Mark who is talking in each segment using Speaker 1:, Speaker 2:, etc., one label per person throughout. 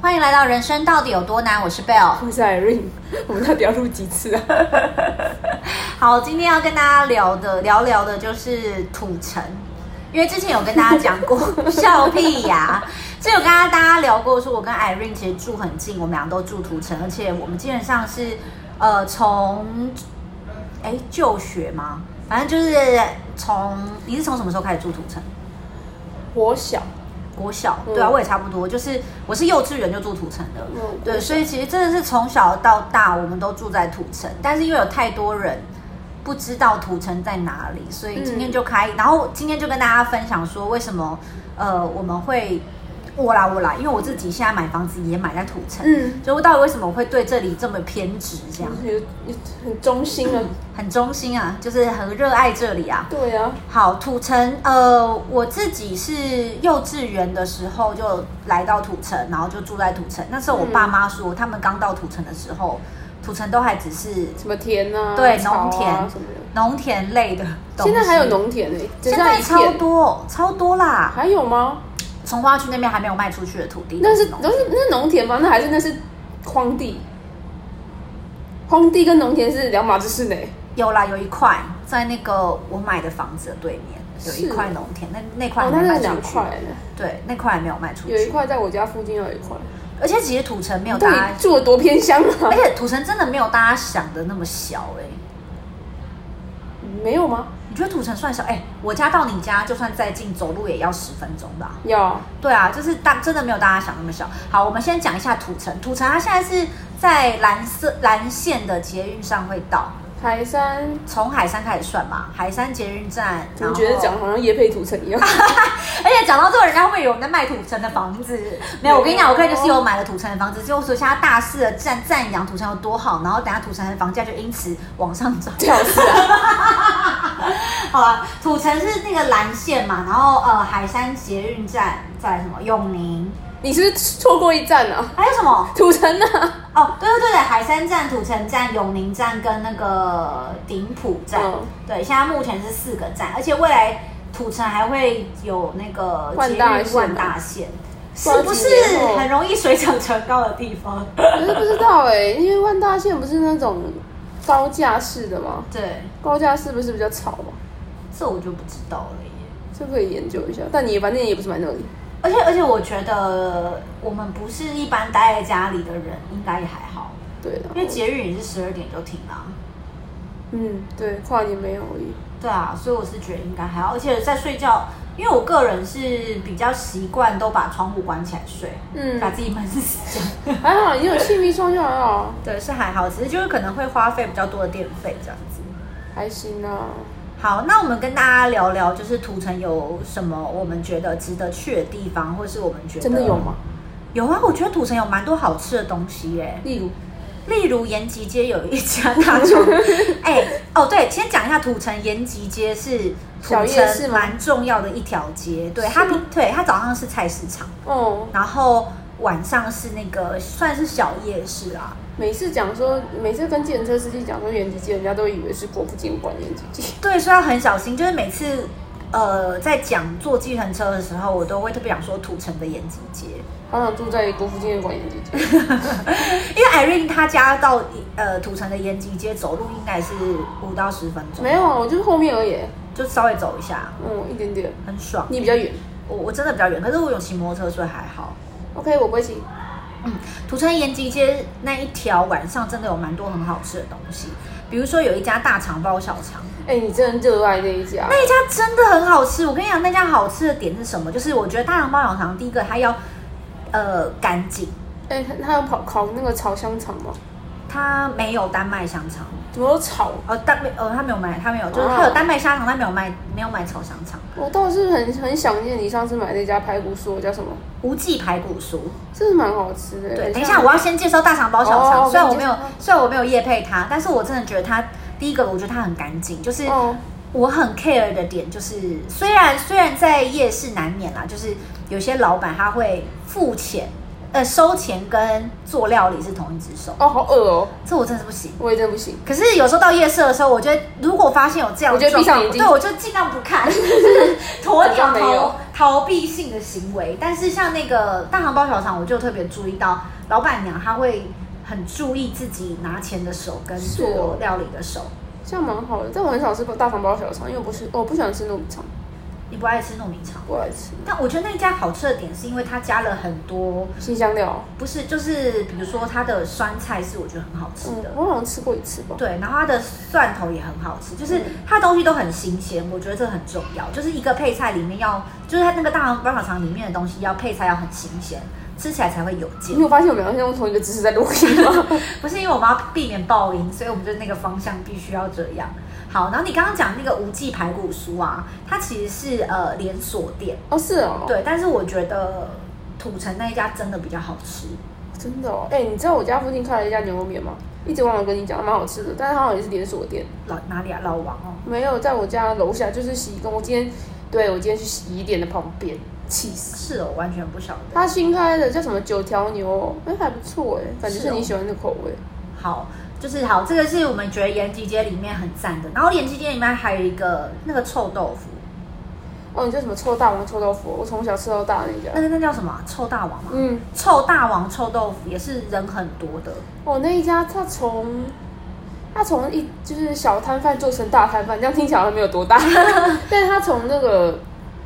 Speaker 1: 欢迎来到人生到底有多难？我是 Bell。
Speaker 2: 我是 Irene，我 们到底要录几次啊？
Speaker 1: 好，今天要跟大家聊的聊聊的就是土城，因为之前有跟大家讲过，笑屁呀、这有跟大家聊过，说我跟 Irene 其实住很近，我们俩都住土城，而且我们基本上是呃从哎就学吗？反正就是从你是从什么时候开始住土城？
Speaker 2: 我小，
Speaker 1: 国小，对啊，
Speaker 2: 嗯
Speaker 1: 我也差不多，就是我是幼稚园就住土城的，
Speaker 2: 嗯
Speaker 1: 对，
Speaker 2: 国
Speaker 1: 所以其实真的是从小到大我们都住在土城，但是因为有太多人不知道土城在哪里，所以今天就开，
Speaker 2: 嗯
Speaker 1: 然后今天就跟大家分享说为什么呃我们会我啦我啦，因为我自己现在买房子也买在土城，
Speaker 2: 嗯，
Speaker 1: 就到底为什么我会对这里这么偏执，这样
Speaker 2: 有有很忠心啊。
Speaker 1: 很忠心啊，就是很热爱这里啊，
Speaker 2: 对啊，
Speaker 1: 好，土城，呃，我自己是幼稚园的时候就来到土城，然后就住在土城。那时候我爸妈说，他们刚到土城的时候，土城都还只是
Speaker 2: 什么田啊，
Speaker 1: 对
Speaker 2: 草啊
Speaker 1: 农田
Speaker 2: 什么的。
Speaker 1: 农田类的东西。
Speaker 2: 现在还有，农田呢，只
Speaker 1: 现
Speaker 2: 剩
Speaker 1: 在
Speaker 2: 一
Speaker 1: 超
Speaker 2: 片，
Speaker 1: 多超多啦！
Speaker 2: 还有吗？
Speaker 1: 从花区那边还没有卖出去的土地，
Speaker 2: 那是
Speaker 1: 农
Speaker 2: 那是那是农田吗？那还是那是荒地？荒地跟农田是两码子事呢。
Speaker 1: 有啦，有一块在那个我买的房子的对面有一
Speaker 2: 是
Speaker 1: 块农田，那那块
Speaker 2: 哦，
Speaker 1: 还
Speaker 2: 那
Speaker 1: 没
Speaker 2: 是
Speaker 1: 卖
Speaker 2: 两
Speaker 1: 出去，
Speaker 2: 块呢，
Speaker 1: 对，那块还没有卖出
Speaker 2: 有一
Speaker 1: 去。
Speaker 2: 块在我家附近，有一块。
Speaker 1: 而且其实土城没有
Speaker 2: 到
Speaker 1: 大哎家
Speaker 2: 底住的多偏乡啊
Speaker 1: 而？且土城真的没有大家想的那么小哎、
Speaker 2: 没有吗？
Speaker 1: 你觉得土城算小？哎、我家到你家就算再近，走路也要十分钟吧？
Speaker 2: 要
Speaker 1: 对啊，就是大真的没有大家想那么小。好，我们先讲一下土城。土城它现在是在蓝色蓝线的捷运上会到，
Speaker 2: 台山，
Speaker 1: 从海山开始算嘛，海山捷运站。
Speaker 2: 怎
Speaker 1: 然
Speaker 2: 么
Speaker 1: 后
Speaker 2: 觉得讲得好像叶配土城一样？
Speaker 1: 而且讲到这个，人家会有人在卖土城的房子。没有，我跟你讲，我哥就是有买了土城的房子，结果说现在大肆的赞赞扬土城有多好，然后等下土城的房价就因此往上涨。
Speaker 2: 最好是啊，
Speaker 1: 好啊，土城是那个蓝线嘛，然后呃海山捷运站在什么永宁，
Speaker 2: 你是不是错过一站啊？
Speaker 1: 还有什么？
Speaker 2: 土城啊，
Speaker 1: 哦，对对对对，海山站、土城站、永宁站跟那个顶埔站，
Speaker 2: 嗯
Speaker 1: 对，现在目前是四个站，而且未来土城还会有那个
Speaker 2: 换
Speaker 1: 捷
Speaker 2: 大
Speaker 1: 运
Speaker 2: 线
Speaker 1: 万
Speaker 2: 吗
Speaker 1: 大线，是
Speaker 2: 知道
Speaker 1: 不
Speaker 2: 几
Speaker 1: 是
Speaker 2: 年后
Speaker 1: 很容易水涨船高的地方？
Speaker 2: 我是不知道哎、因为万大线不是那种高架式的吗？
Speaker 1: 对，
Speaker 2: 高架式不是比较吵吗？
Speaker 1: 这我就不知道了耶。
Speaker 2: 这可以研究一下。但你反正也不是买那里，
Speaker 1: 而且而且，我觉得我们不是一般待在家里的人，应该也还好。
Speaker 2: 对的。
Speaker 1: 因为捷运也是十二点就停啦、
Speaker 2: 嗯，对，跨年没有而已。
Speaker 1: 对啊，所以我是觉得应该还好，而且在睡觉，因为我个人是比较习惯都把窗户关起来睡，
Speaker 2: 嗯
Speaker 1: 把自己闷死 这样。
Speaker 2: 还好你有气密窗就还好，啊
Speaker 1: 对，是还好，只是就是可能会花费比较多的电费这样子。
Speaker 2: 还行啊。
Speaker 1: 好，那我们跟大家聊聊，就是土城有什么我们觉得值得去的地方，或是我们觉得
Speaker 2: 真的有？吗？
Speaker 1: 有啊，我觉得土城有蛮多好吃的东西耶、
Speaker 2: 例如，
Speaker 1: 例如延吉街有一家大 肠，哎、哦对，先讲一下土城延吉街是土
Speaker 2: 小夜市
Speaker 1: 城
Speaker 2: 吗
Speaker 1: 蛮重要的一条街，对
Speaker 2: 是
Speaker 1: 它
Speaker 2: 吗
Speaker 1: 平对它早上是菜市场，
Speaker 2: 哦，
Speaker 1: 然后晚上是那个算是小夜市啊，
Speaker 2: 每次讲说，每次跟计程车司机讲说延吉街，人家都以为是国父纪念馆延吉 街。
Speaker 1: 对，所以要很小心，就是每次呃在讲坐计程车的时候，我都会特别想说土城的延吉街，
Speaker 2: 好想住在国父纪念馆延吉街。
Speaker 1: 因为 Irene 她家到呃土城的延吉街走路应该是五到十分钟，
Speaker 2: 没有，啊，我就是后面而已。
Speaker 1: 就稍微走一下，
Speaker 2: 嗯，一点点。
Speaker 1: 很爽。
Speaker 2: 你比较远。
Speaker 1: 我我真的比较远，可是我有骑摩托车，所以还好。嗯
Speaker 2: OK，我不会骑。
Speaker 1: 土城延吉街那一条晚上真的有蛮多很好吃的东西，比如说有一家大肠包小肠，
Speaker 2: 哎、你真的热爱那一家。
Speaker 1: 那一家真的很好吃。我跟你讲，那家好吃的点是什么？就是我觉得大肠包小肠，第一个它要呃干净，
Speaker 2: 哎、他他有烤烤那个炒香肠吗？
Speaker 1: 它没有丹麦香肠，
Speaker 2: 怎么有炒？
Speaker 1: 呃丹麦呃它没有卖，它没有，就是它有丹麦香肠，它没有卖没有卖炒香肠。
Speaker 2: 我倒是很很想念你上次买那家排骨酥，叫什么？
Speaker 1: 无忌排骨酥，
Speaker 2: 真的蛮好吃的。
Speaker 1: 对，等一下哎我要先介绍大肠包小
Speaker 2: 哦
Speaker 1: 肠。
Speaker 2: 我
Speaker 1: 虽然我
Speaker 2: 跟
Speaker 1: 没
Speaker 2: 你
Speaker 1: 有
Speaker 2: 介绍，
Speaker 1: 虽然我没有夜配它，但是我真的觉得它第一个，我觉得它很干净，就是
Speaker 2: 哦，
Speaker 1: 我很 care 的点就是，虽然虽然在夜市难免啦，就是有些老板他会付钱呃收钱跟做料理是同一只手，
Speaker 2: 哦，好恶哦，
Speaker 1: 这我真的是不行。
Speaker 2: 我也真的不行。
Speaker 1: 可是有时候到夜市的时候，我觉得如果发现有这样
Speaker 2: 我觉
Speaker 1: 的
Speaker 2: 得
Speaker 1: 状
Speaker 2: 闭上
Speaker 1: 况，
Speaker 2: 眼睛
Speaker 1: 对我就尽量不 看，就是鸵鸟
Speaker 2: 好像没有
Speaker 1: 逃逃避性的行为。但是像那个大航包小肠，我就特别注意到老板娘她会很注意自己拿钱的手跟
Speaker 2: 是哦
Speaker 1: 做料理的手。
Speaker 2: 这样蛮好的，但我很少吃大肠包小肠，因为我不是哦我不喜欢吃糯米肠，
Speaker 1: 你不爱吃糯米肠，
Speaker 2: 不爱吃
Speaker 1: 但我觉得那家好吃的点是因为它加了很多，
Speaker 2: 新香料。
Speaker 1: 不是就是比如说它的酸菜是我觉得很好吃
Speaker 2: 嗯
Speaker 1: 的，，
Speaker 2: 我好像吃过一次吧。
Speaker 1: 对，然后它的蒜头也很好吃，就是它东西都很新鲜，我觉得这很重要。就是一个配菜里面要，就是它那个大肠包小肠里面的东西要配菜要很新鲜，吃起来才会有劲
Speaker 2: 你。有发现我们好像用同一个姿势在录音 吗？
Speaker 1: 不是因为我们要避免爆音，所以我们就那个方向必须要这样。好，然后你刚刚讲那个无记排骨酥啊，它其实是呃连锁店，
Speaker 2: 哦，是哦，，
Speaker 1: 对，但是我觉得土城那一家真的比较好吃。
Speaker 2: 真的哦。哎、你知道我家附近开了一家牛肉面吗？一直忘了跟你讲，蛮好吃的，但是它好像也是连锁店，
Speaker 1: 老哪里啊？老王哦，
Speaker 2: 没有在我家楼下，就是洗衣工。我今天，对我今天去洗衣店的旁边，气死。
Speaker 1: 是哦，完全不晓得。
Speaker 2: 它新开的叫什么九条牛哦，哎、还不错哎，感觉是你喜欢的口味。
Speaker 1: 好，就是好，这个是我们觉得延吉街里面很赞的。然后延吉街里面还有一个那个臭豆腐，
Speaker 2: 哦，你叫什么臭大王臭豆腐？我从小吃到大那家。
Speaker 1: 那个那叫什么啊、臭大王嘛，
Speaker 2: 嗯，
Speaker 1: 臭大王臭豆腐也是人很多的。
Speaker 2: 哦，那一家它从它从一就是小摊贩做成大摊贩，这样听起来好像没有多大， 但是它从那个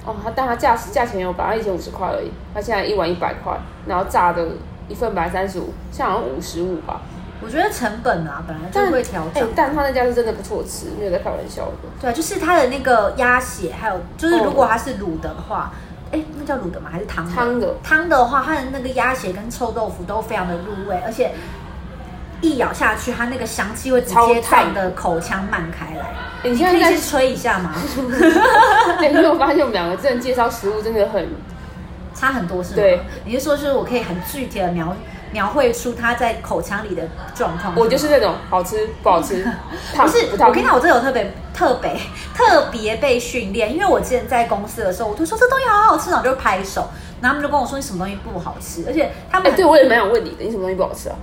Speaker 2: 哦，它但它价价钱有本来以前五十块而已，它现在一碗一百块，然后炸的一份本来三十五，现在好像五十五吧。
Speaker 1: 我觉得成本啊，本来
Speaker 2: 但
Speaker 1: 就会调
Speaker 2: 哎、
Speaker 1: 整。
Speaker 2: 但它那家是真的不错吃，没有在开玩笑的。
Speaker 1: 对，啊就是它的那个鸭血，还有就是
Speaker 2: 哦
Speaker 1: 如果它是卤的话，哎、那叫卤的吗？还是汤的？
Speaker 2: 汤的
Speaker 1: 汤的话，它的那个鸭血跟臭豆腐都非常的入味，而且一咬下去，它那个香气会直接
Speaker 2: 超
Speaker 1: 在
Speaker 2: 烫
Speaker 1: 你的口腔漫开来。
Speaker 2: 哎你
Speaker 1: 你
Speaker 2: 现
Speaker 1: 可以
Speaker 2: 在
Speaker 1: 去
Speaker 2: 在
Speaker 1: 吹一下吗？
Speaker 2: 对，因为我发现我们两个真的介绍食物真的很
Speaker 1: 差很多是吗？
Speaker 2: 对，
Speaker 1: 你是说就是我可以很具体的描描绘出它在口腔里的状况吗？
Speaker 2: 我就是那种好吃不好吃，烫
Speaker 1: 不是
Speaker 2: 不，烫
Speaker 1: 我跟你讲，我这有特别特别特别被训练，因为我之前在公司的时候，我就说这东西好好吃，然后就拍手，然后他们就跟我说你什么东西不好吃，而且他
Speaker 2: 哎、
Speaker 1: 们、
Speaker 2: 对我也蛮想问你的，你什么东西不好吃啊？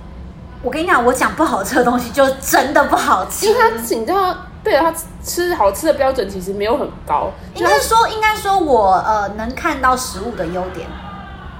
Speaker 1: 我跟你讲，我讲不好吃的东西就真的不好吃，
Speaker 2: 因为他，你知道，对啊他吃好吃的标准其实没有很高，
Speaker 1: 应该说应该说我呃能看到食物的优点，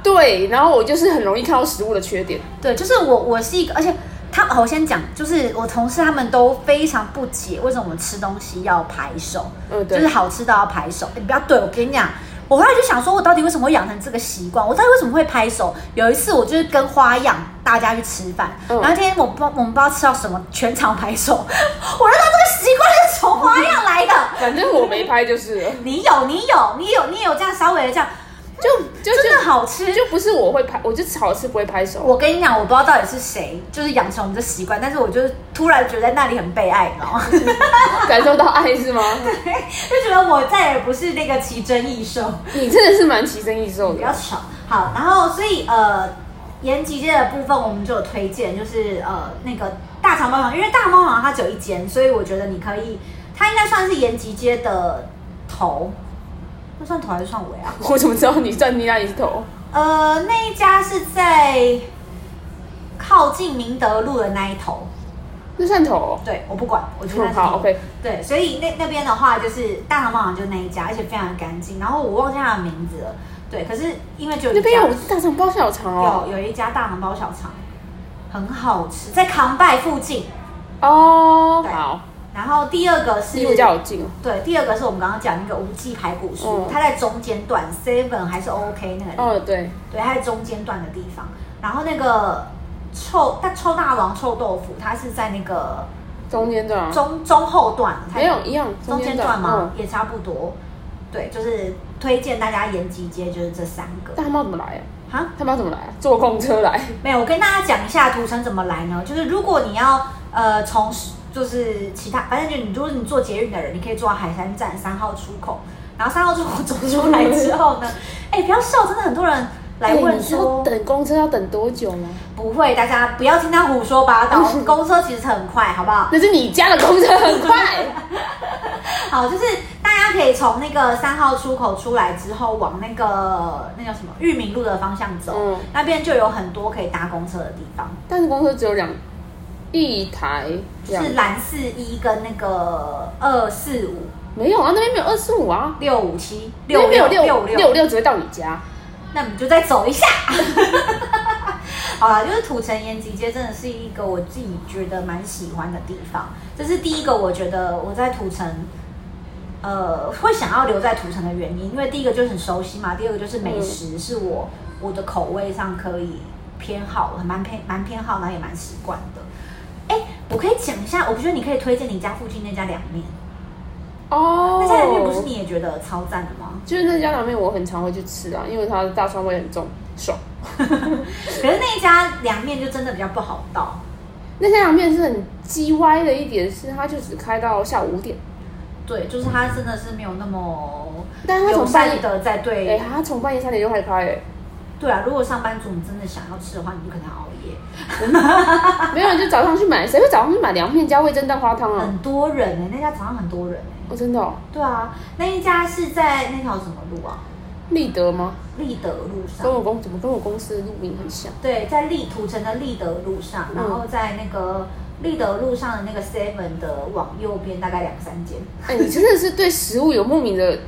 Speaker 2: 对，然后我就是很容易看到食物的缺点，
Speaker 1: 对，就是我我是一个，而且他好，我先讲，就是我同事他们都非常不解为什么我们吃东西要排手，
Speaker 2: 嗯，
Speaker 1: 就
Speaker 2: 对
Speaker 1: 是，好吃到要拍手。你不要对我跟你讲，我后来就想说，我到底为什么会养成这个习惯？我到底为什么会拍手？有一次我就是跟花样大家去吃饭，
Speaker 2: 嗯
Speaker 1: 然后今天我不知道我们不知道吃到什么，全场拍手。 我知道这个习惯是从花样来的。
Speaker 2: 反正我没拍就是了，
Speaker 1: 你有，你有，你有，你有这样稍微的这样，
Speaker 2: 就就
Speaker 1: 真的好吃
Speaker 2: 就。就不是我会拍，我就好吃不会拍手，
Speaker 1: 我跟你讲，我不知道到底是谁，就是养成我们这习惯，但是我就是突然觉得在那里很被爱，你知道吗？
Speaker 2: 感受到爱是 吗？
Speaker 1: 就觉得我再也不是那个奇珍异兽。
Speaker 2: 你真的是蛮奇珍异兽
Speaker 1: 比较
Speaker 2: 的，
Speaker 1: 吵。好，然后所以呃，延吉街的部分我们就有推荐，就是呃那个大肠包小肠，因为大肠包小肠它只有一间，所以我觉得你可以，它应该算是延吉街的头，那算头还是算尾啊？
Speaker 2: 我怎么知道你站你那里是头？
Speaker 1: 呃，那一家是在靠近明德路的那一头，
Speaker 2: 那算头哦、
Speaker 1: 对，我不管，我觉得那是
Speaker 2: 好
Speaker 1: 头。
Speaker 2: ，OK，
Speaker 1: 对，所以那那边的话就是大肠包小肠就那一家，而且非常干净。然后我忘记它的名字了，对，可是因为就
Speaker 2: 那边有大肠包小肠哦，
Speaker 1: 有有一家大肠包小肠，很好吃，在康拜附近。
Speaker 2: 哦，
Speaker 1: 对
Speaker 2: 好，
Speaker 1: 然后第二个是
Speaker 2: 离我家好近哦，
Speaker 1: 对，第二个是我们刚刚讲那个无记排骨酥，
Speaker 2: 嗯
Speaker 1: 它在中间段 Seven 还是 OK 那个地方，
Speaker 2: 哦，对，
Speaker 1: 对，它在中间段的地方。然后那个臭但臭大王臭豆腐，它是在那个
Speaker 2: 中间段啊，
Speaker 1: 中中后段，它
Speaker 2: 没有一样，
Speaker 1: 中间段
Speaker 2: 嗯
Speaker 1: 嘛，也差不多。对，就是推荐大家延吉街就是这三个
Speaker 2: 大猫怎么来啊？
Speaker 1: 哈。
Speaker 2: 他妈怎么来啊？坐公车来？
Speaker 1: 没有，我跟大家讲一下图层怎么来呢？就是如果你要呃从就是其他，反正就你如果你坐捷运的人，你可以坐到海山站三号出口，然后三号出口走出来之后呢， 哎、不要笑，真的很多人来
Speaker 2: 哎
Speaker 1: 问
Speaker 2: 你说
Speaker 1: 说。
Speaker 2: 等公车要等多久吗？
Speaker 1: 不会，大家不要听他胡说八道。公车其实很快，好不好？
Speaker 2: 那是你家的公车很快，
Speaker 1: 好，就是大家家可以从那个三号出口出来之后，往那个那叫什么裕民路的方向走，
Speaker 2: 嗯
Speaker 1: 那边就有很多可以搭公车的地方，
Speaker 2: 但是公车只有两一台两
Speaker 1: 是蓝四一跟那个二四五
Speaker 2: 没有啊，那边没有二四五啊，
Speaker 1: 六五七
Speaker 2: 那
Speaker 1: 六
Speaker 2: 边没有
Speaker 1: 六
Speaker 2: 六
Speaker 1: 六
Speaker 2: 六六只会到你家。
Speaker 1: 那我们就再走一下。 好啦，就是土城延吉街真的是一个我自己觉得蛮喜欢的地方，这是第一个我觉得我在土城，呃，会想要留在土城的原因，因为第一个就是很熟悉嘛，第二个就是美食、是我我的口味上可以偏好，很蛮偏蛮偏好，然后也蛮习惯的。哎，我可以讲一下，我觉得你可以推荐你家附近那家凉面，
Speaker 2: 哦，
Speaker 1: 那家凉面不是你也觉得超赞的吗？
Speaker 2: 就是那家凉面，我很常会去吃啊，因为它的大蒜味很重，爽。
Speaker 1: 可是那家凉面就真的比较不好到。
Speaker 2: 那家凉面是很鸡歪的一点是，它就只开到下午五点，
Speaker 1: 对，就是他真的是没有那么
Speaker 2: 但是它
Speaker 1: 友
Speaker 2: 从半
Speaker 1: 善
Speaker 2: 夜，
Speaker 1: 的在对、
Speaker 2: 哎、它从半夜三点就开始开、
Speaker 1: 对啊。如果上班族你真的想要吃的话，你就可能要熬夜。
Speaker 2: 哎，没有人就早上去买，谁会早上去买凉面加味噌蛋花汤啊？
Speaker 1: 很多人欸呢、那家早上很多人哎、
Speaker 2: 哦，真的哦，
Speaker 1: 对啊，那一家是在那条什么路啊？
Speaker 2: 立德吗？
Speaker 1: 立德路
Speaker 2: 跟
Speaker 1: 上。
Speaker 2: 我公怎么跟我公司的路名很像？
Speaker 1: 对，在立土城的立德路上，
Speaker 2: 嗯
Speaker 1: 然后在那个立德路上的那个 Seven 的往右边大概两三间。
Speaker 2: 哎、你真的是对食物有莫名的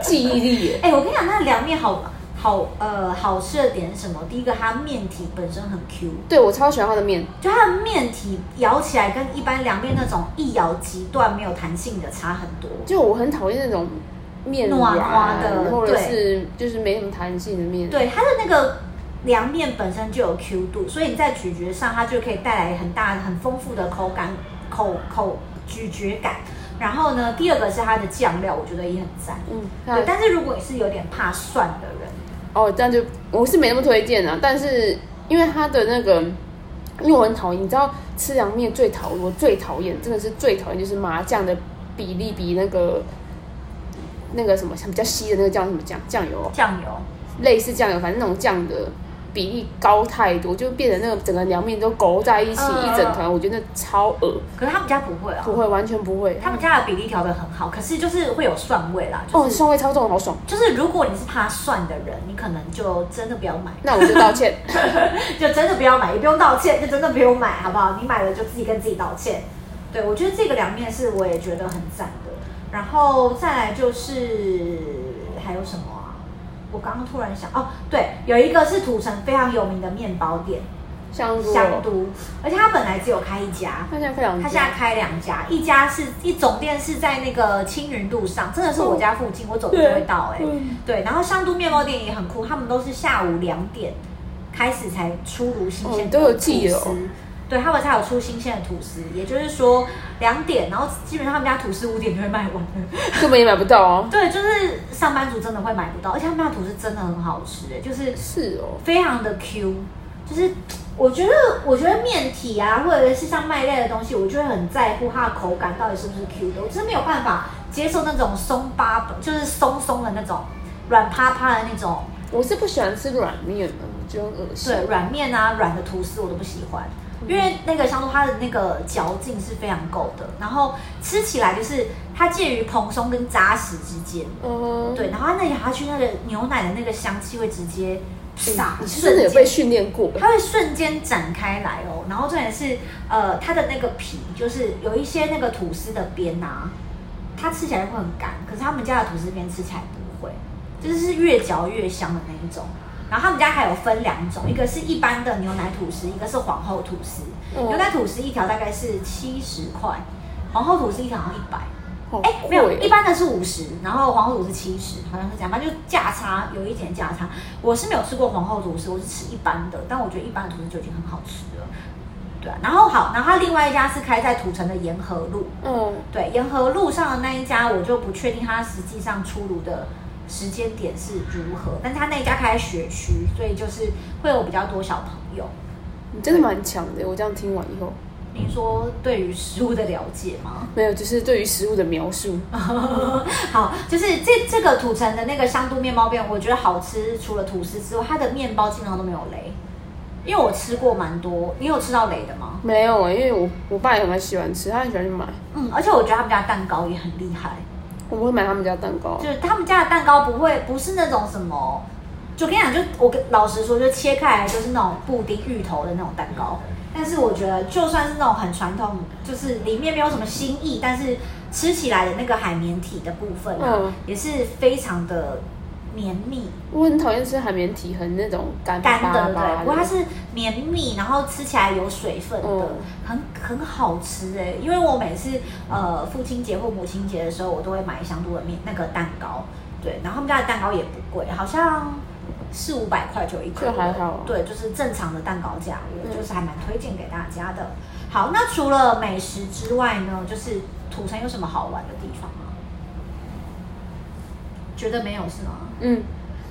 Speaker 2: 记忆力耶！
Speaker 1: 哎、我跟你讲，那凉面好好呃好吃的点是什么？第一个，它面体本身很 Q。
Speaker 2: 对我超喜欢它的面，
Speaker 1: 就它的面体咬起来跟一般凉面那种一咬即断没有弹性的差很多。
Speaker 2: 就我很讨厌那种面
Speaker 1: 软
Speaker 2: 软
Speaker 1: 的
Speaker 2: 或者
Speaker 1: 对
Speaker 2: 是就是没什么弹性的面。
Speaker 1: 对它的那个凉面本身就有 Q 度，所以你在咀嚼上它就可以带来很大很丰富的口感口口咀嚼感。然后呢，第二个是它的酱料，我觉得也很赞。
Speaker 2: 嗯，那
Speaker 1: 对，但是如果你是有点怕蒜的人，
Speaker 2: 哦，这样就我是没那么推荐啊，但是因为它的那个，因为我很讨厌，你知道吃凉面最讨我最讨厌，真的是最讨厌就是麻酱的比例比那个那个什么像比较稀的那个叫什么酱酱油哦、
Speaker 1: 酱油
Speaker 2: 类似酱油，反正那种酱的比例高太多，就变成那个整个凉面都勾在一起、
Speaker 1: 嗯
Speaker 2: 一整团，我觉得超恶，
Speaker 1: 可是他们家不会
Speaker 2: 不
Speaker 1: 哦，
Speaker 2: 会完全不会，
Speaker 1: 他们家的比例调的很好，可是就是会有蒜味啦。
Speaker 2: 哦
Speaker 1: 就是、
Speaker 2: 蒜味超重，好爽，
Speaker 1: 就是如果你是怕蒜的人，你可能就真的不要买。
Speaker 2: 那我就道歉。
Speaker 1: 就真的不要买，也不用道歉，就真的不用买，好不好？你买了就自己跟自己道歉。对，我觉得这个凉面是我也觉得很赞的。然后再来就是还有什么啊？我刚刚突然想哦，对，有一个是土城非常有名的面包店
Speaker 2: 香菇 哦，
Speaker 1: 香都，而且它本来只有开一家，
Speaker 2: 它现在非常
Speaker 1: 它现在开两家，一家是一总店是在那个青云路上，真的是我家附近，我走路就会到哎、
Speaker 2: 嗯
Speaker 1: 对，然后香都面包店也很酷，他们都是下午两点开始才出炉新鲜
Speaker 2: 哦
Speaker 1: 的
Speaker 2: 都有
Speaker 1: 吐
Speaker 2: 记
Speaker 1: 司，
Speaker 2: 哦
Speaker 1: 对他们才有出新鲜的吐司，也就是说两点，然后基本上他们家吐司五点就会卖完了。
Speaker 2: 根本也买不到哦。
Speaker 1: 对，就是上班族真的会买不到，而且他们家吐司真的很好吃、哎，就是
Speaker 2: 是哦，
Speaker 1: 非常的 Q，就是我觉得，我觉得面体啊，或者是像麦类的东西，我就会很在乎它的口感到底是不是 Q 的，我就是没有办法接受那种松巴，就是松松的那种软趴趴的那种，
Speaker 2: 我是不喜欢吃软面的，我觉得很恶心。
Speaker 1: 对，软面啊，软的吐司我都不喜欢。
Speaker 2: 嗯
Speaker 1: 因为那个香酥，它的那个嚼劲是非常够的，然后吃起来就是它介于蓬松跟扎实之间，
Speaker 2: 嗯，
Speaker 1: 对，然后它那咬下去那个牛奶的那个香气会直接
Speaker 2: 哎
Speaker 1: 撒，
Speaker 2: 你是
Speaker 1: 瞬
Speaker 2: 真的
Speaker 1: 间
Speaker 2: 有被训练过？
Speaker 1: 它会瞬间展开来哦，然后重点是，呃，它的那个皮就是有一些那个吐司的边啊，它吃起来会很干，可是他们家的吐司边吃起来不会，就是是越嚼越香的那一种。然后他们家还有分两种，一个是一般的牛奶吐司，一个是皇后吐司。
Speaker 2: 嗯
Speaker 1: 牛奶吐司一条大概是七十块，皇后吐司一条好像一百。
Speaker 2: 好
Speaker 1: 哎、没
Speaker 2: 贵
Speaker 1: 有，一
Speaker 2: 哦，
Speaker 1: 般的是五十，然后皇后吐司七十，好像是这样，反正就价差有一点价差。我是没有吃过皇后吐司，我是吃一般的，但我觉得一般的吐司就已经很好吃了。对啊，然后好，然后它另外一家是开在土城的沿河路，
Speaker 2: 嗯，
Speaker 1: 对，沿河路上的那一家我就不确定它实际上出炉的时间点是如何，但是它那一家开在学区，所以就是会有比较多小朋友。
Speaker 2: 你真的蛮强的。我这样听完以后，
Speaker 1: 您说对于食物的了解吗？
Speaker 2: 没有，就是对于食物的描述，
Speaker 1: 好，就是这这个土城的那个香都面包店，我觉得好吃，除了吐司之外，它的面包经常都没有雷。因为我吃过蛮多，你有吃到雷的吗？
Speaker 2: 没有啊，因为我我爸也很喜欢吃，他很喜欢去买。
Speaker 1: 嗯，而且我觉得他们家蛋糕也很厉害，
Speaker 2: 我不会买他们家蛋糕啊
Speaker 1: 就。是他们家的蛋糕不会不是那种什么，就跟你讲，就我跟老实说，就切开来就是那种布丁芋头的那种蛋糕。但是我觉得，就算是那种很传统，就是里面没有什么新意，但是吃起来的那个海绵体的部分、啊，
Speaker 2: 嗯
Speaker 1: 也是非常的绵密
Speaker 2: 我很讨厌吃海绵体，很那种干巴
Speaker 1: 干
Speaker 2: 巴
Speaker 1: 的，对。
Speaker 2: 的
Speaker 1: 不过它是绵密，然后吃起来有水分的，
Speaker 2: 嗯
Speaker 1: 很很好吃哎、因为我每次呃父亲节或母亲节的时候，我都会买一箱多的面那个蛋糕，对。然后他们家的蛋糕也不贵，好像四五百块就一颗，
Speaker 2: 这还好啊
Speaker 1: 对，就是正常的蛋糕价，我
Speaker 2: 嗯
Speaker 1: 就是还蛮推荐给大家的。好，那除了美食之外呢，就是土城有什么好玩的地方吗？觉得没有是吗？
Speaker 2: 嗯，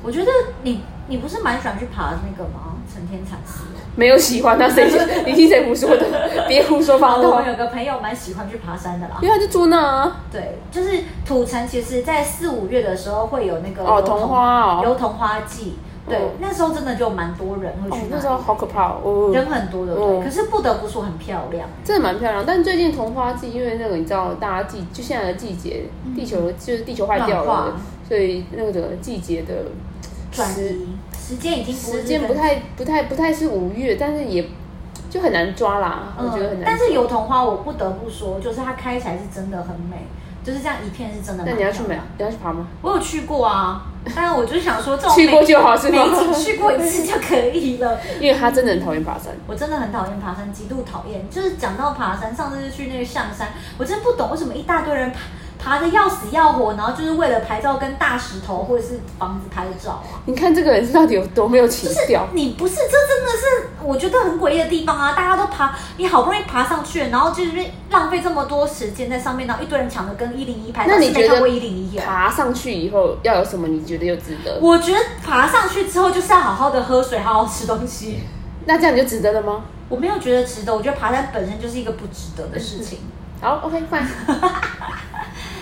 Speaker 1: 我觉得你你不是蛮喜欢去爬那个吗？成天禅寺。
Speaker 2: 没有喜欢他谁？ 你听谁胡说的？别胡说八
Speaker 1: 然后哦我
Speaker 2: 道
Speaker 1: 们。有个朋友蛮喜欢去爬山的啦
Speaker 2: 因。为他就住那啊，
Speaker 1: 对，就是土城，其实在四五月的时候会有那个
Speaker 2: 哦
Speaker 1: 油桐
Speaker 2: 桐花哦
Speaker 1: 油桐花季。对，
Speaker 2: 嗯
Speaker 1: 那时候真的就蛮多人会
Speaker 2: 哦
Speaker 1: 去，那
Speaker 2: 那
Speaker 1: 里，
Speaker 2: 时候好可怕哦哦，
Speaker 1: 人很多的。对，
Speaker 2: 嗯
Speaker 1: 可是不得不说很漂亮。
Speaker 2: 真的蛮漂亮。但最近桐花季，因为那个你知道，大家季就现在的季节，
Speaker 1: 嗯
Speaker 2: 地球就是地球坏
Speaker 1: 暖
Speaker 2: 掉
Speaker 1: 化
Speaker 2: 了，所以那个整个季节的
Speaker 1: 转移时间已经不是
Speaker 2: 时间不太不太不太是五月，但是也就很难抓啦，
Speaker 1: 嗯
Speaker 2: 我觉得很难抓。
Speaker 1: 但是油桐花，我不得不说，就是它开起来是真的很美，就是这样一片是真的。
Speaker 2: 那你要去买？，啊你要去爬吗？
Speaker 1: 我有去过 啊，但是我就想说这种
Speaker 2: 去过
Speaker 1: 美
Speaker 2: 就好是吗
Speaker 1: 美景去过一次就可以了。
Speaker 2: 因为他真的很讨厌爬山。
Speaker 1: 我真的很讨厌爬山，极度讨厌。就是讲到爬山，上次就去那个象山，我真不懂为什么一大堆人爬爬的要死要活，然后就是为了拍照跟大石头或者是房子拍照啊。
Speaker 2: 你看这个人是到底有多没有情 调？
Speaker 1: 你不是，这真的是我觉得很诡异的地方啊！大家都爬，你好不容易爬上去，然后就是浪费这么多时间在上面，然后一堆人抢着跟一零一拍照。
Speaker 2: 那你
Speaker 1: 是没
Speaker 2: 觉得
Speaker 1: 看过一零一啊？
Speaker 2: 爬上去以后要有什么？你觉得又值得？
Speaker 1: 我觉得爬上去之后就是要好好的喝水，好好吃东西。
Speaker 2: 那这样你就值得了吗？
Speaker 1: 我没有觉得值得，我觉得爬山本身就是一个不值得的事情。
Speaker 2: 好，OK fine。 嗯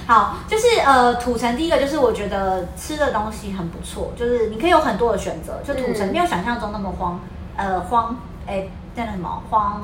Speaker 1: 好，就是呃，土城第一个就是我觉得吃的东西很不错，就是你可以有很多的选择，就土城
Speaker 2: 嗯
Speaker 1: 没有想象中那么荒，呃荒，哎、那叫什么荒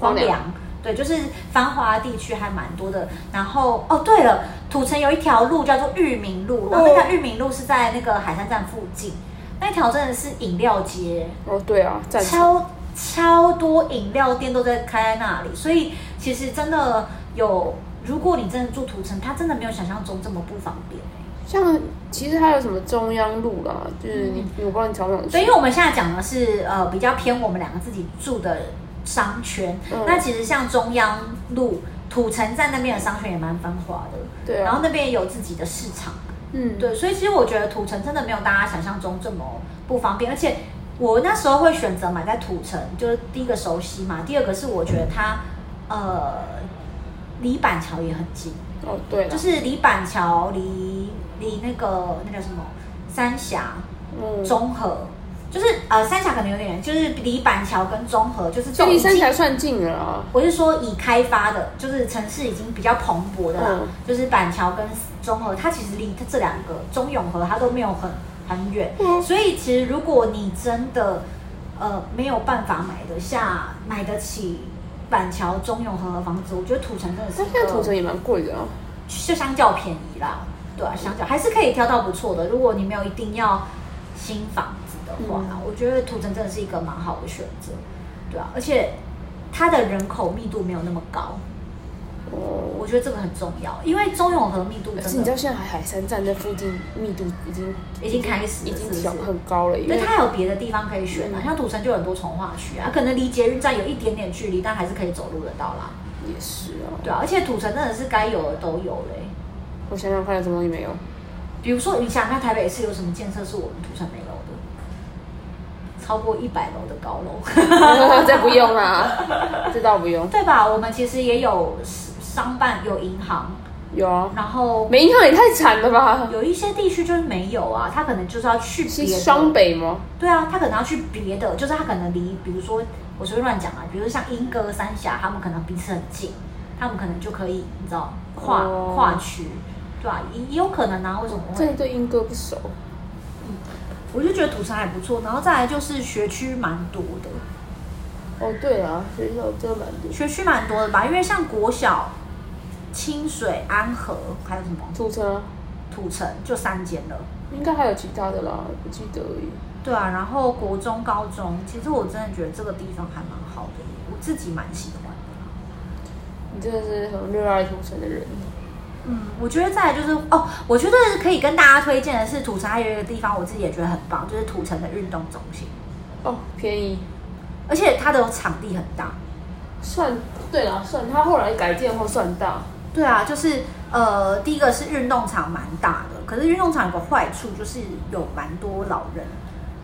Speaker 2: 荒
Speaker 1: 荒
Speaker 2: 凉
Speaker 1: 凉。对，就是繁华地区还蛮多的。然后哦，对了，土城有一条路叫做裕民路，然后那
Speaker 2: 哦
Speaker 1: 条裕民路是在那个海山站附近，那条真的是饮料街，
Speaker 2: 哦，对啊，赞成。
Speaker 1: 超超多饮料店都在开在那里，所以其实真的有，如果你真的住土城，它真的没有想象中这么不方便、
Speaker 2: 嗯像其实还有什么中央路啦，就是你、
Speaker 1: 嗯
Speaker 2: 我不知道你常不常去。
Speaker 1: 所以因为我们现在讲的是呃比较偏我们两个自己住的商圈，
Speaker 2: 嗯
Speaker 1: 那其实像中央路、土城站那边的商圈也蛮繁华的，
Speaker 2: 对啊
Speaker 1: 然后那边也有自己的市场，
Speaker 2: 嗯，
Speaker 1: 对，所以其实我觉得土城真的没有大家想象中这么不方便，而且我那时候会选择买在土城，就是第一个熟悉嘛，第二个是我觉得它呃离板桥也很近，
Speaker 2: 哦对了，
Speaker 1: 就是离板桥离离那个那叫什么三峡
Speaker 2: 嗯，
Speaker 1: 中和，就是呃三峡可能有点远，就是离板桥跟中和就是这
Speaker 2: 所以
Speaker 1: 种
Speaker 2: 离
Speaker 1: 已
Speaker 2: 三
Speaker 1: 经
Speaker 2: 峡算近了啊。
Speaker 1: 我是说已开发的，就是城市已经比较蓬勃的啦，
Speaker 2: 嗯
Speaker 1: 就是板桥跟中和，它其实离这两个中永和它都没有很很远，
Speaker 2: 嗯
Speaker 1: 所以其实如果你真的呃没有办法买得下、买得起板桥、中永和的房子，我觉得土城真的是
Speaker 2: 但
Speaker 1: 一
Speaker 2: 现在
Speaker 1: 个
Speaker 2: 土城也蛮贵的啊。
Speaker 1: 就相较便宜啦，对啊，相较还是可以挑到不错的。如果你没有一定要新房子的话，
Speaker 2: 嗯
Speaker 1: 我觉得土城真的是一个蛮好的选择，对啊，而且它的人口密度没有那么高，
Speaker 2: 哦，
Speaker 1: 我觉得这个很重要，因为中永和密度
Speaker 2: 可是
Speaker 1: 真
Speaker 2: 你知
Speaker 1: 的
Speaker 2: 道，现在海山站那附近密度已经
Speaker 1: 已经开始了
Speaker 2: 已经
Speaker 1: 是不是
Speaker 2: 调很高了，因
Speaker 1: 因为
Speaker 2: 为
Speaker 1: 它还有别的地方可以选
Speaker 2: 嗯
Speaker 1: 啊，像土城就有很多从化区啊，可能离捷运站有一点点距离，但还是可以走路得到啦，
Speaker 2: 也是啊。
Speaker 1: 对啊，而且土城真的是该有的都有嘞、
Speaker 2: 我想想看有什么东 西没有，
Speaker 1: 比如说，你想看台北市有什么建设是我们土城没有的？超过一百楼 的高楼，
Speaker 2: 这不用啦，这倒不用。
Speaker 1: 对吧？我们其实也有商办，有银行，
Speaker 2: 有啊，
Speaker 1: 然后
Speaker 2: 没银行也太惨了吧？
Speaker 1: 有一些地区就是没有啊，他可能就是要去
Speaker 2: 是
Speaker 1: 别的，
Speaker 2: 双北吗？
Speaker 1: 对啊，他可能要去别的，就是他可能离，比如说我随便乱讲啊，比如说像莺歌、三峡，他们可能彼此很近，他们可能就可以，你知道跨、
Speaker 2: 哦
Speaker 1: 跨区，对吧、也也有可能啊，为什么会
Speaker 2: 真的对英哥不熟。
Speaker 1: 我就觉得土城还不错，然后再来就是学区蛮多的，
Speaker 2: 哦，对啊，学校真的蛮多。
Speaker 1: 学区蛮多的吧，因为像国小，清水、安和，还有什么
Speaker 2: 土城啊
Speaker 1: 土城，就三间了。
Speaker 2: 应该还有其他的啦，不记得而已。
Speaker 1: 对啊，然后国中、高中，其实我真的觉得这个地方还蛮好的，我自己蛮喜欢的。
Speaker 2: 你真的是很热爱土城的人。
Speaker 1: 嗯，我觉得再来就是哦，我觉得可以跟大家推荐的是土城，还有一个地方我自己也觉得很棒，就是土城的运动中心，
Speaker 2: 哦，便宜，
Speaker 1: 而且它的场地很大。
Speaker 2: 算对啦，算他后来改建后算大，
Speaker 1: 对啊，就是呃，第一个是运动场蛮大的，可是运动场有个坏处就是有蛮多老人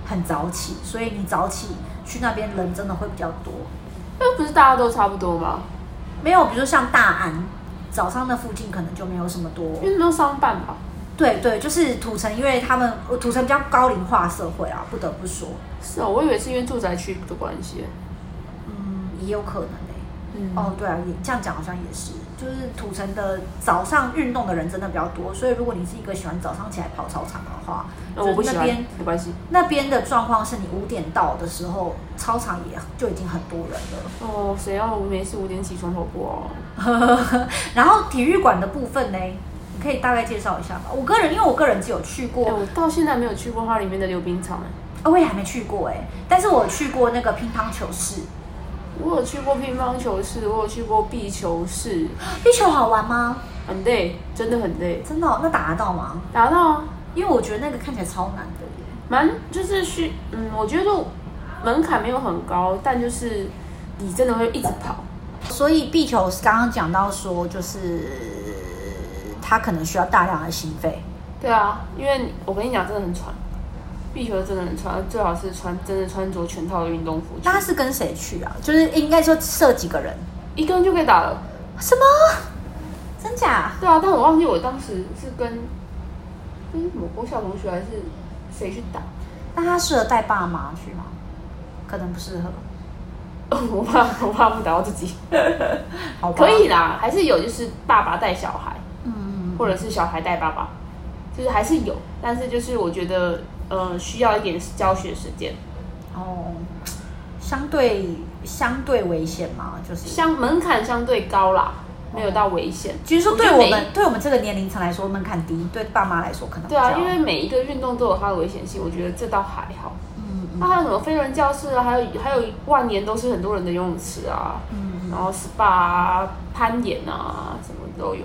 Speaker 1: 很早起，所以你早起去那边人真的会比较多。
Speaker 2: 那不是大家都差不多吗？
Speaker 1: 没有，比如像大安早上那附近可能就没有什么多。
Speaker 2: 因为没有商办吧，
Speaker 1: 对对，就是土城，因为他们呃土城比较高龄化社会啊，不得不说，
Speaker 2: 是哦，我以为是因为住宅区的关系。
Speaker 1: 嗯，也有可能欸
Speaker 2: 嗯
Speaker 1: 哦，对啊，也这样讲好像也是，就是土城的早上运动的人真的比较多，所以如果你是一个喜欢早上起来跑操场的话，
Speaker 2: 呃我不
Speaker 1: 就是
Speaker 2: 喜
Speaker 1: 那
Speaker 2: 欢
Speaker 1: 边，
Speaker 2: 没关系。
Speaker 1: 那边的状况是你五点到的时候，操场也就已经很多人了。
Speaker 2: 哦，谁要我没事五点起床跑步啊？
Speaker 1: 然后体育馆的部分呢，你可以大概介绍一下吧。我个人因为我个人只有去过，
Speaker 2: 哎、我到现在没有去过它里面的溜冰场、哎，
Speaker 1: 啊我也还没去过哎、但是我去过那个乒乓球室，
Speaker 2: 我有去过乒乓球室，我有去过壁球室，
Speaker 1: 壁球好玩吗？
Speaker 2: 很累，真的很累，
Speaker 1: 真的哦、那打得到吗？
Speaker 2: 打到啊，
Speaker 1: 因为我觉得那个看起来超难的耶。
Speaker 2: 蛮就是需，嗯，我觉得门槛没有很高，但就是你真的会一直跑。
Speaker 1: 所以壁球刚刚讲到说，就是它可能需要大量的心肺。
Speaker 2: 对啊，因为我跟你讲，真的很喘，壁球真的很喘，最好是穿真的穿着全套的运动服去
Speaker 1: 那，他是跟谁去啊？就是应该说设几个人？
Speaker 2: 一个人就可以打了。
Speaker 1: 什么？真假？
Speaker 2: 对啊，但我忘记我当时是跟跟某国小同学还是谁去打，
Speaker 1: 那他适合带爸妈去吗？可能不适合。
Speaker 2: 我怕我怕不打到自己。
Speaker 1: 好吧
Speaker 2: 可以。啦，还是有就是爸爸带小孩，
Speaker 1: 嗯，
Speaker 2: 或者是小孩带爸爸，就是还是有，但是就是我觉得呃需要一点教学时间，
Speaker 1: 哦，相对相对危险嘛，就是。
Speaker 2: 相门槛相对高啦，没有到危险。
Speaker 1: 其实说对
Speaker 2: 我觉得
Speaker 1: 我
Speaker 2: 每
Speaker 1: 们对我们这个年龄层来说门槛低，对爸妈来说可能
Speaker 2: 对啊，
Speaker 1: 比较
Speaker 2: 因为每一个运动都有它的危险性，我觉得这倒还好。
Speaker 1: 嗯
Speaker 2: 那、还有什么飞轮教室啊，还有还有万年都是很多人的游泳池啊，
Speaker 1: 嗯，
Speaker 2: 然后 SPA 啊、攀岩啊，什么都有。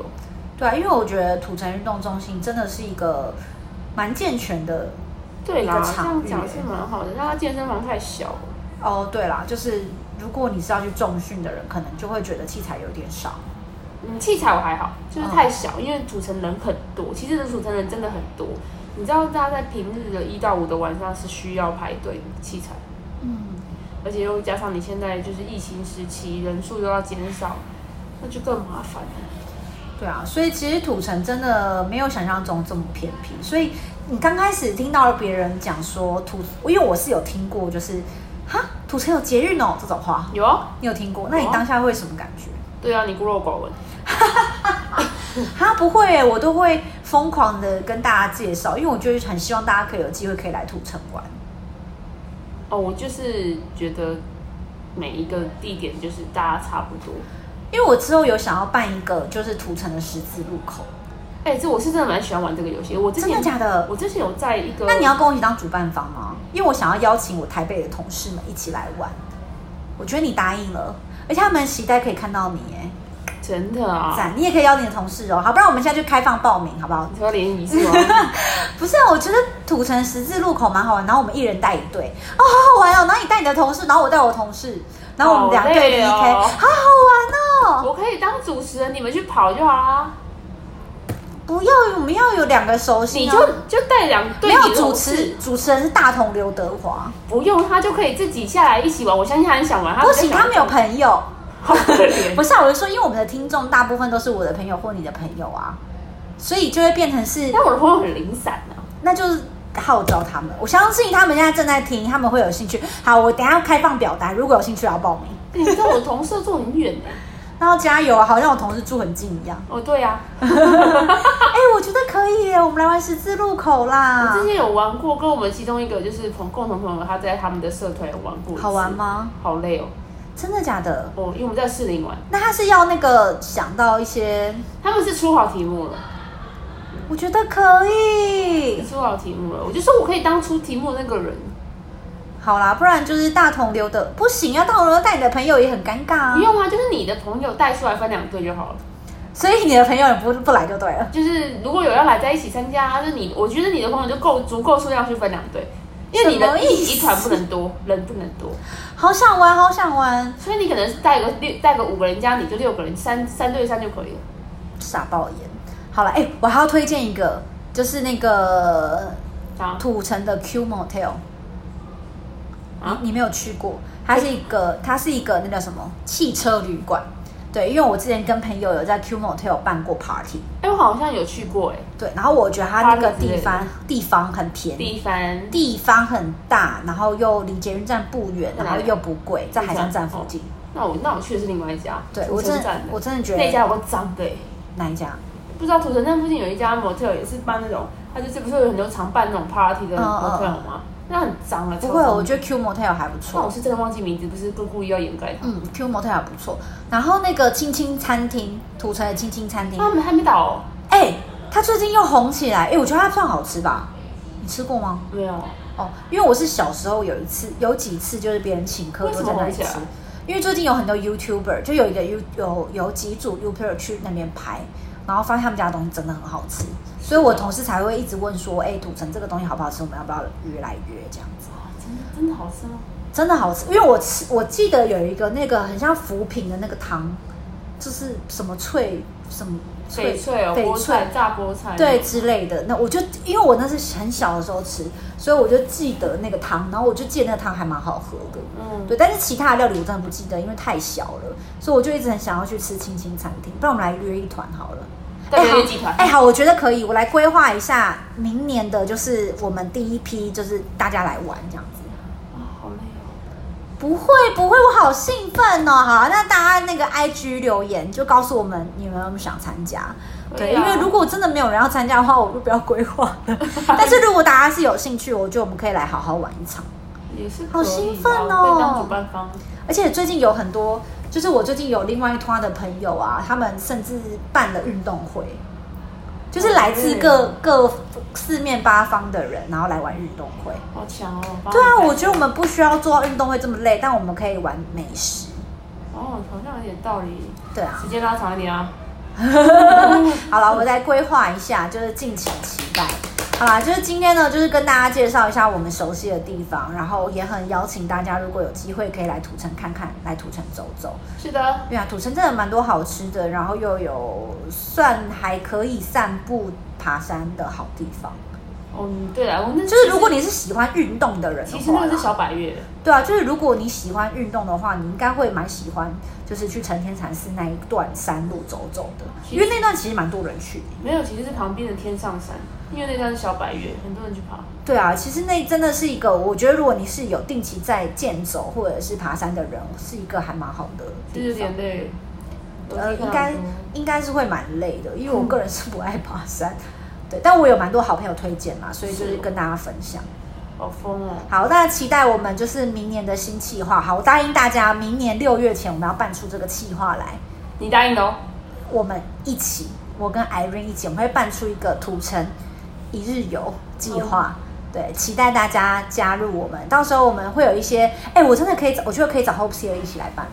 Speaker 1: 对啊，因为我觉得土城运动中心真的是一个蛮健全的
Speaker 2: 对啦
Speaker 1: 一，个
Speaker 2: 这
Speaker 1: 场
Speaker 2: 样
Speaker 1: 域
Speaker 2: 讲是蛮好的，但它健身房太小了。
Speaker 1: 哦。对啦，就是如果你是要去重训的人，可能就会觉得器材有点少。
Speaker 2: 嗯，器材我还好，就是
Speaker 1: 嗯
Speaker 2: 太小，因为组成人很多。其实的组成人真的很多，你知道大家在平日的一到五的晚上是需要排队器材，
Speaker 1: 嗯，
Speaker 2: 而且又加上你现在就是疫情时期，人数又要减少，那就更麻烦了。
Speaker 1: 对啊，所以其实土城真的没有想象中这么偏僻。所以你刚开始听到别人讲说土，因为我是有听过，就是哈土城有捷运哦这种话，
Speaker 2: 有啊，
Speaker 1: 你有听过？那你当下会什么感觉？
Speaker 2: 对啊，你孤陋寡闻。
Speaker 1: 哈，不会耶，我都会疯狂的跟大家介绍，因为我就是很希望大家可以有机会可以来土城玩。
Speaker 2: 哦，我就是觉得每一个地点就是大家差不多。
Speaker 1: 因为我之后有想要办一个就是土城的十字路口，
Speaker 2: 哎、这我是真的蛮喜欢玩这个游戏。我之
Speaker 1: 真的
Speaker 2: 前
Speaker 1: 假的？
Speaker 2: 我之前有在一个，
Speaker 1: 那你要跟我一起当主办方吗？因为我想要邀请我台北的同事们一起来玩，我觉得你答应了，而且他们很期待可以看到你哎，
Speaker 2: 真的啊，
Speaker 1: 赞！你也可以邀你的同事哦，好，不然我们现在就开放报名好不好？
Speaker 2: 你说联谊是吗？
Speaker 1: 不是啊，我觉得土城十字路口蛮好玩，然后我们一人带一队，哦，好好玩哦，然后你带你的同事，然后我带我同事，然后我们两队
Speaker 2: 好累
Speaker 1: PK，、
Speaker 2: 哦
Speaker 1: 好好玩哦。
Speaker 2: 我可以当主持人，你们去跑就好啦。
Speaker 1: 不要，我们要有两个熟悉、
Speaker 2: 你
Speaker 1: 啊，
Speaker 2: 就就带两队
Speaker 1: 没有
Speaker 2: 你的
Speaker 1: 主
Speaker 2: 同事
Speaker 1: 持，主持人是大同刘德华，
Speaker 2: 不用他就可以自己下来一起玩。我相信他很想玩，他
Speaker 1: 不行，
Speaker 2: 比较想
Speaker 1: 他没有朋友。
Speaker 2: 好可 怜。
Speaker 1: 不是、啊，我是说，因为我们的听众大部分都是我的朋友或你的朋友啊，所以就会变成是，
Speaker 2: 但我的朋友很零散啊，
Speaker 1: 那就是号召他们。我相信他们现在正在听，他们会有兴趣。好，我等一下开放表单，如果有兴趣要报名。
Speaker 2: 你知道我同事住很远哎、
Speaker 1: 然后加油啊！好像我同事住很近一样。
Speaker 2: 哦，对啊，
Speaker 1: 哎、我觉得可以耶，我们来玩十字路口啦
Speaker 2: 我，之前有玩过，跟我们其中一个就是同共同朋友，他在他们的社团有玩过。
Speaker 1: 好玩？吗？
Speaker 2: 好累哦，
Speaker 1: 真的假的？
Speaker 2: 哦，因为我们在士林玩，
Speaker 1: 那他是要那个想到一些，
Speaker 2: 他们是出好题目了，
Speaker 1: 我觉得可以。
Speaker 2: 出好题目了，我就说我可以当出题目的那个人，
Speaker 1: 好啦，不然就是大同流的不行，要大同流带你的朋友也很尴尬啊
Speaker 2: 不。用啊，就是你的朋友带出来分两队就好了。
Speaker 1: 所以你的朋友也不不来就对了。
Speaker 2: 就是如果有要来在一起参加，那你我觉得你的朋友就够足够数量去分两队，因为你
Speaker 1: 什么
Speaker 2: 的
Speaker 1: 意思
Speaker 2: 一一团不能多，人不能多，
Speaker 1: 好想玩，好想玩，
Speaker 2: 所以你可能是带个六带个五个人加你就六个人，三三对三就可以了。
Speaker 1: 傻爆眼。好了，哎、我还要推荐一个，就是那个
Speaker 2: 啊
Speaker 1: 土城的 Q Motel，
Speaker 2: 啊，
Speaker 1: 你没有去过？它是一个，它是一个那叫什么汽车旅馆。对，因为我之前跟朋友有在 Q Motel 办过 party，
Speaker 2: 哎、我好像有去过哎、
Speaker 1: 对，然后我觉得它那个
Speaker 2: Party 之类
Speaker 1: 地
Speaker 2: 的
Speaker 1: 方地方很便宜，
Speaker 2: 第一番
Speaker 1: 地方很大，然后又离捷运站不远，
Speaker 2: 在
Speaker 1: 然
Speaker 2: 哪
Speaker 1: 后
Speaker 2: 里
Speaker 1: 又不贵，在海山站附近。
Speaker 2: 那我那我去的是另外一家，
Speaker 1: 对
Speaker 2: 哦土
Speaker 1: 我
Speaker 2: 城
Speaker 1: 真的
Speaker 2: 站的
Speaker 1: 我真的觉
Speaker 2: 那
Speaker 1: 得
Speaker 2: 家有个脏的欸、
Speaker 1: 哪一家？
Speaker 2: 不知道土城站附近有一家模特也是办那种，它就是不是有很多常办那种 party 的
Speaker 1: 嗯嗯
Speaker 2: 模特吗？那很脏啊，
Speaker 1: 不会，我
Speaker 2: 得。
Speaker 1: 觉得 Q Motel 还不
Speaker 2: 那我
Speaker 1: 错。
Speaker 2: 是真的忘记名字，不是故故意要掩盖它。
Speaker 1: 嗯，Q Motel 还不错。然后那个青青餐厅，土城的青青餐厅
Speaker 2: 啊，，我们还没倒、哦，
Speaker 1: 哎、它最近又红起来。哎、我觉得它算好吃吧？你吃过吗？
Speaker 2: 没有。
Speaker 1: 哦，因为我是小时候有一次，有几次就是别人请客
Speaker 2: 为什
Speaker 1: 都
Speaker 2: 么
Speaker 1: 在那里吃
Speaker 2: 红起来。
Speaker 1: 因为最近有很多 YouTuber，就有一个 You 有有几组 YouTuber 去那边拍，然后发现他们家的东西真的很好吃，所以我同事才会一直问说，哎、土城这个东西好不好吃？我们要不要约来约这样子？
Speaker 2: 哇真的真的好吃啊吗？
Speaker 1: 真的好吃，因为我吃我记得有一个那个很像浮萍的那个汤，就是什么脆什么
Speaker 2: 翡翠哦，
Speaker 1: 翡
Speaker 2: 菠
Speaker 1: 翠
Speaker 2: 菜炸菠菜，
Speaker 1: 对，之类的。那我就因为我那是很小的时候吃，所以我就记得那个汤，然后我就记得那个汤还蛮好喝的。
Speaker 2: 嗯，
Speaker 1: 对，但是其他的料理我真的不记得，因为太小了，所以我就一直很想要去吃青青餐厅。不然我们来约一团好了。
Speaker 2: 代
Speaker 1: 好
Speaker 2: 表集团，
Speaker 1: 哎、好，我觉得可以，我来规划一下明年的，就是我们第一批，就是大家来玩这样子。
Speaker 2: 啊，好累哦。
Speaker 1: 不会不会，我好兴奋哦！好，那大家那个 IG 留言就告诉我们你们有没有想参加。对，
Speaker 2: 对啊
Speaker 1: 因为如果真的没有人要参加的话，我就不要规划 了。但是如果大家是有兴趣，我觉得我们可以来好好玩一场。
Speaker 2: 也是可以
Speaker 1: 好兴奋哦
Speaker 2: 吧我可以当主办方，
Speaker 1: 而且最近有很多，就是我最近有另外一团的朋友啊，他们甚至办了运动会，
Speaker 2: 哦
Speaker 1: 就是来自各、各四面八方的人，然后来玩运动会。
Speaker 2: 好强哦！帮
Speaker 1: 对啊，
Speaker 2: 们
Speaker 1: 我觉得我们不需要做到运动会这么累，但我们可以玩美食。
Speaker 2: 哦，好像有点道理。
Speaker 1: 对啊，
Speaker 2: 时间拉长一点啊，
Speaker 1: 好了，我再规划一下，就是敬请期待。好啦，就是今天呢，就是跟大家介绍一下我们熟悉的地方，然后也很邀请大家，如果有机会可以来土城看看，来土城走走。
Speaker 2: 是的，
Speaker 1: 对啊，土城真的蛮多好吃的，然后又有算还可以散步、爬山的好地方。
Speaker 2: 嗯，对了，我那
Speaker 1: 就是如果你是喜欢运动的人的
Speaker 2: 其实
Speaker 1: 话
Speaker 2: 那
Speaker 1: 啦，
Speaker 2: 个是小百月，
Speaker 1: 对啊，就是如果你喜欢运动的话，你应该会蛮喜欢，就是去成天禅寺那一段山路走走的，
Speaker 2: 其
Speaker 1: 因
Speaker 2: 实
Speaker 1: 为那段其实蛮多人去的。
Speaker 2: 没有，其实是旁边的天上山，因为那段是小百月，很多人去爬。
Speaker 1: 对啊，其实那真的是一个，我觉得如果你是有定期在健走或者是爬山的人，是一个还蛮好的
Speaker 2: 就是有
Speaker 1: 地方
Speaker 2: 点。累。
Speaker 1: 呃，
Speaker 2: 我听
Speaker 1: 应
Speaker 2: 到
Speaker 1: 该
Speaker 2: 说
Speaker 1: 应该是会蛮累的，因为我个人
Speaker 2: 嗯
Speaker 1: 是不爱爬山，对，但我有蛮多好朋友推荐嘛，所以就是
Speaker 2: 是
Speaker 1: 跟大家分享。
Speaker 2: 好疯哦！
Speaker 1: 好，那期待我们就是明年的新计划。好，我答应大家，明年六月前我们要办出这个计划来，
Speaker 2: 你答应的哦，
Speaker 1: 我们一起，我跟 Irene 一起，我们会办出一个土城一日游计划。对，期待大家加入我们。到时候我们会有一些，哎，我真的可以找，我觉得可以找 Hope C 一起来办。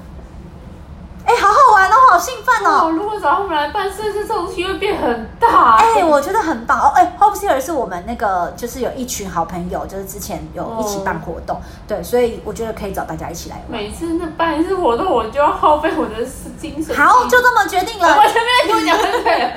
Speaker 1: 哎，好好玩哦，我好兴奋哦！
Speaker 2: 哦，如果找他们来办，甚至这种机会变很大。
Speaker 1: 哎、我觉得很棒哦！哎、h o p e s e r 是我们那个就是有一群好朋友，就是之前有一起办活动，对，所以我觉得可以找大家一起来玩。
Speaker 2: 每次那办一次活动，我就要耗费我的精神。
Speaker 1: 好，就这么决定
Speaker 2: 我
Speaker 1: 了
Speaker 2: 完。全没有跟我讲对不 对？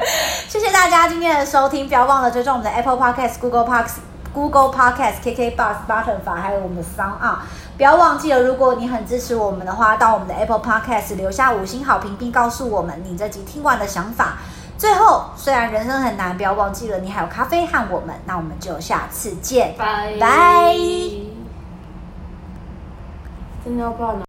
Speaker 1: 谢谢大家今天的收听，不要忘了追踪我们的 Apple Podcast、Google Podcast、Google Podcast、KKBox、Spotify，还有我们的 Sound 啊！不要忘记了，如果你很支持我们的话，到我们的 Apple Podcast 留下五星好评，并告诉我们你这集听完的想法。最后，虽然人生很难，不要忘记了你还有咖啡和我们。那我们就下次见。
Speaker 2: 拜
Speaker 1: 拜
Speaker 2: 真的要办了。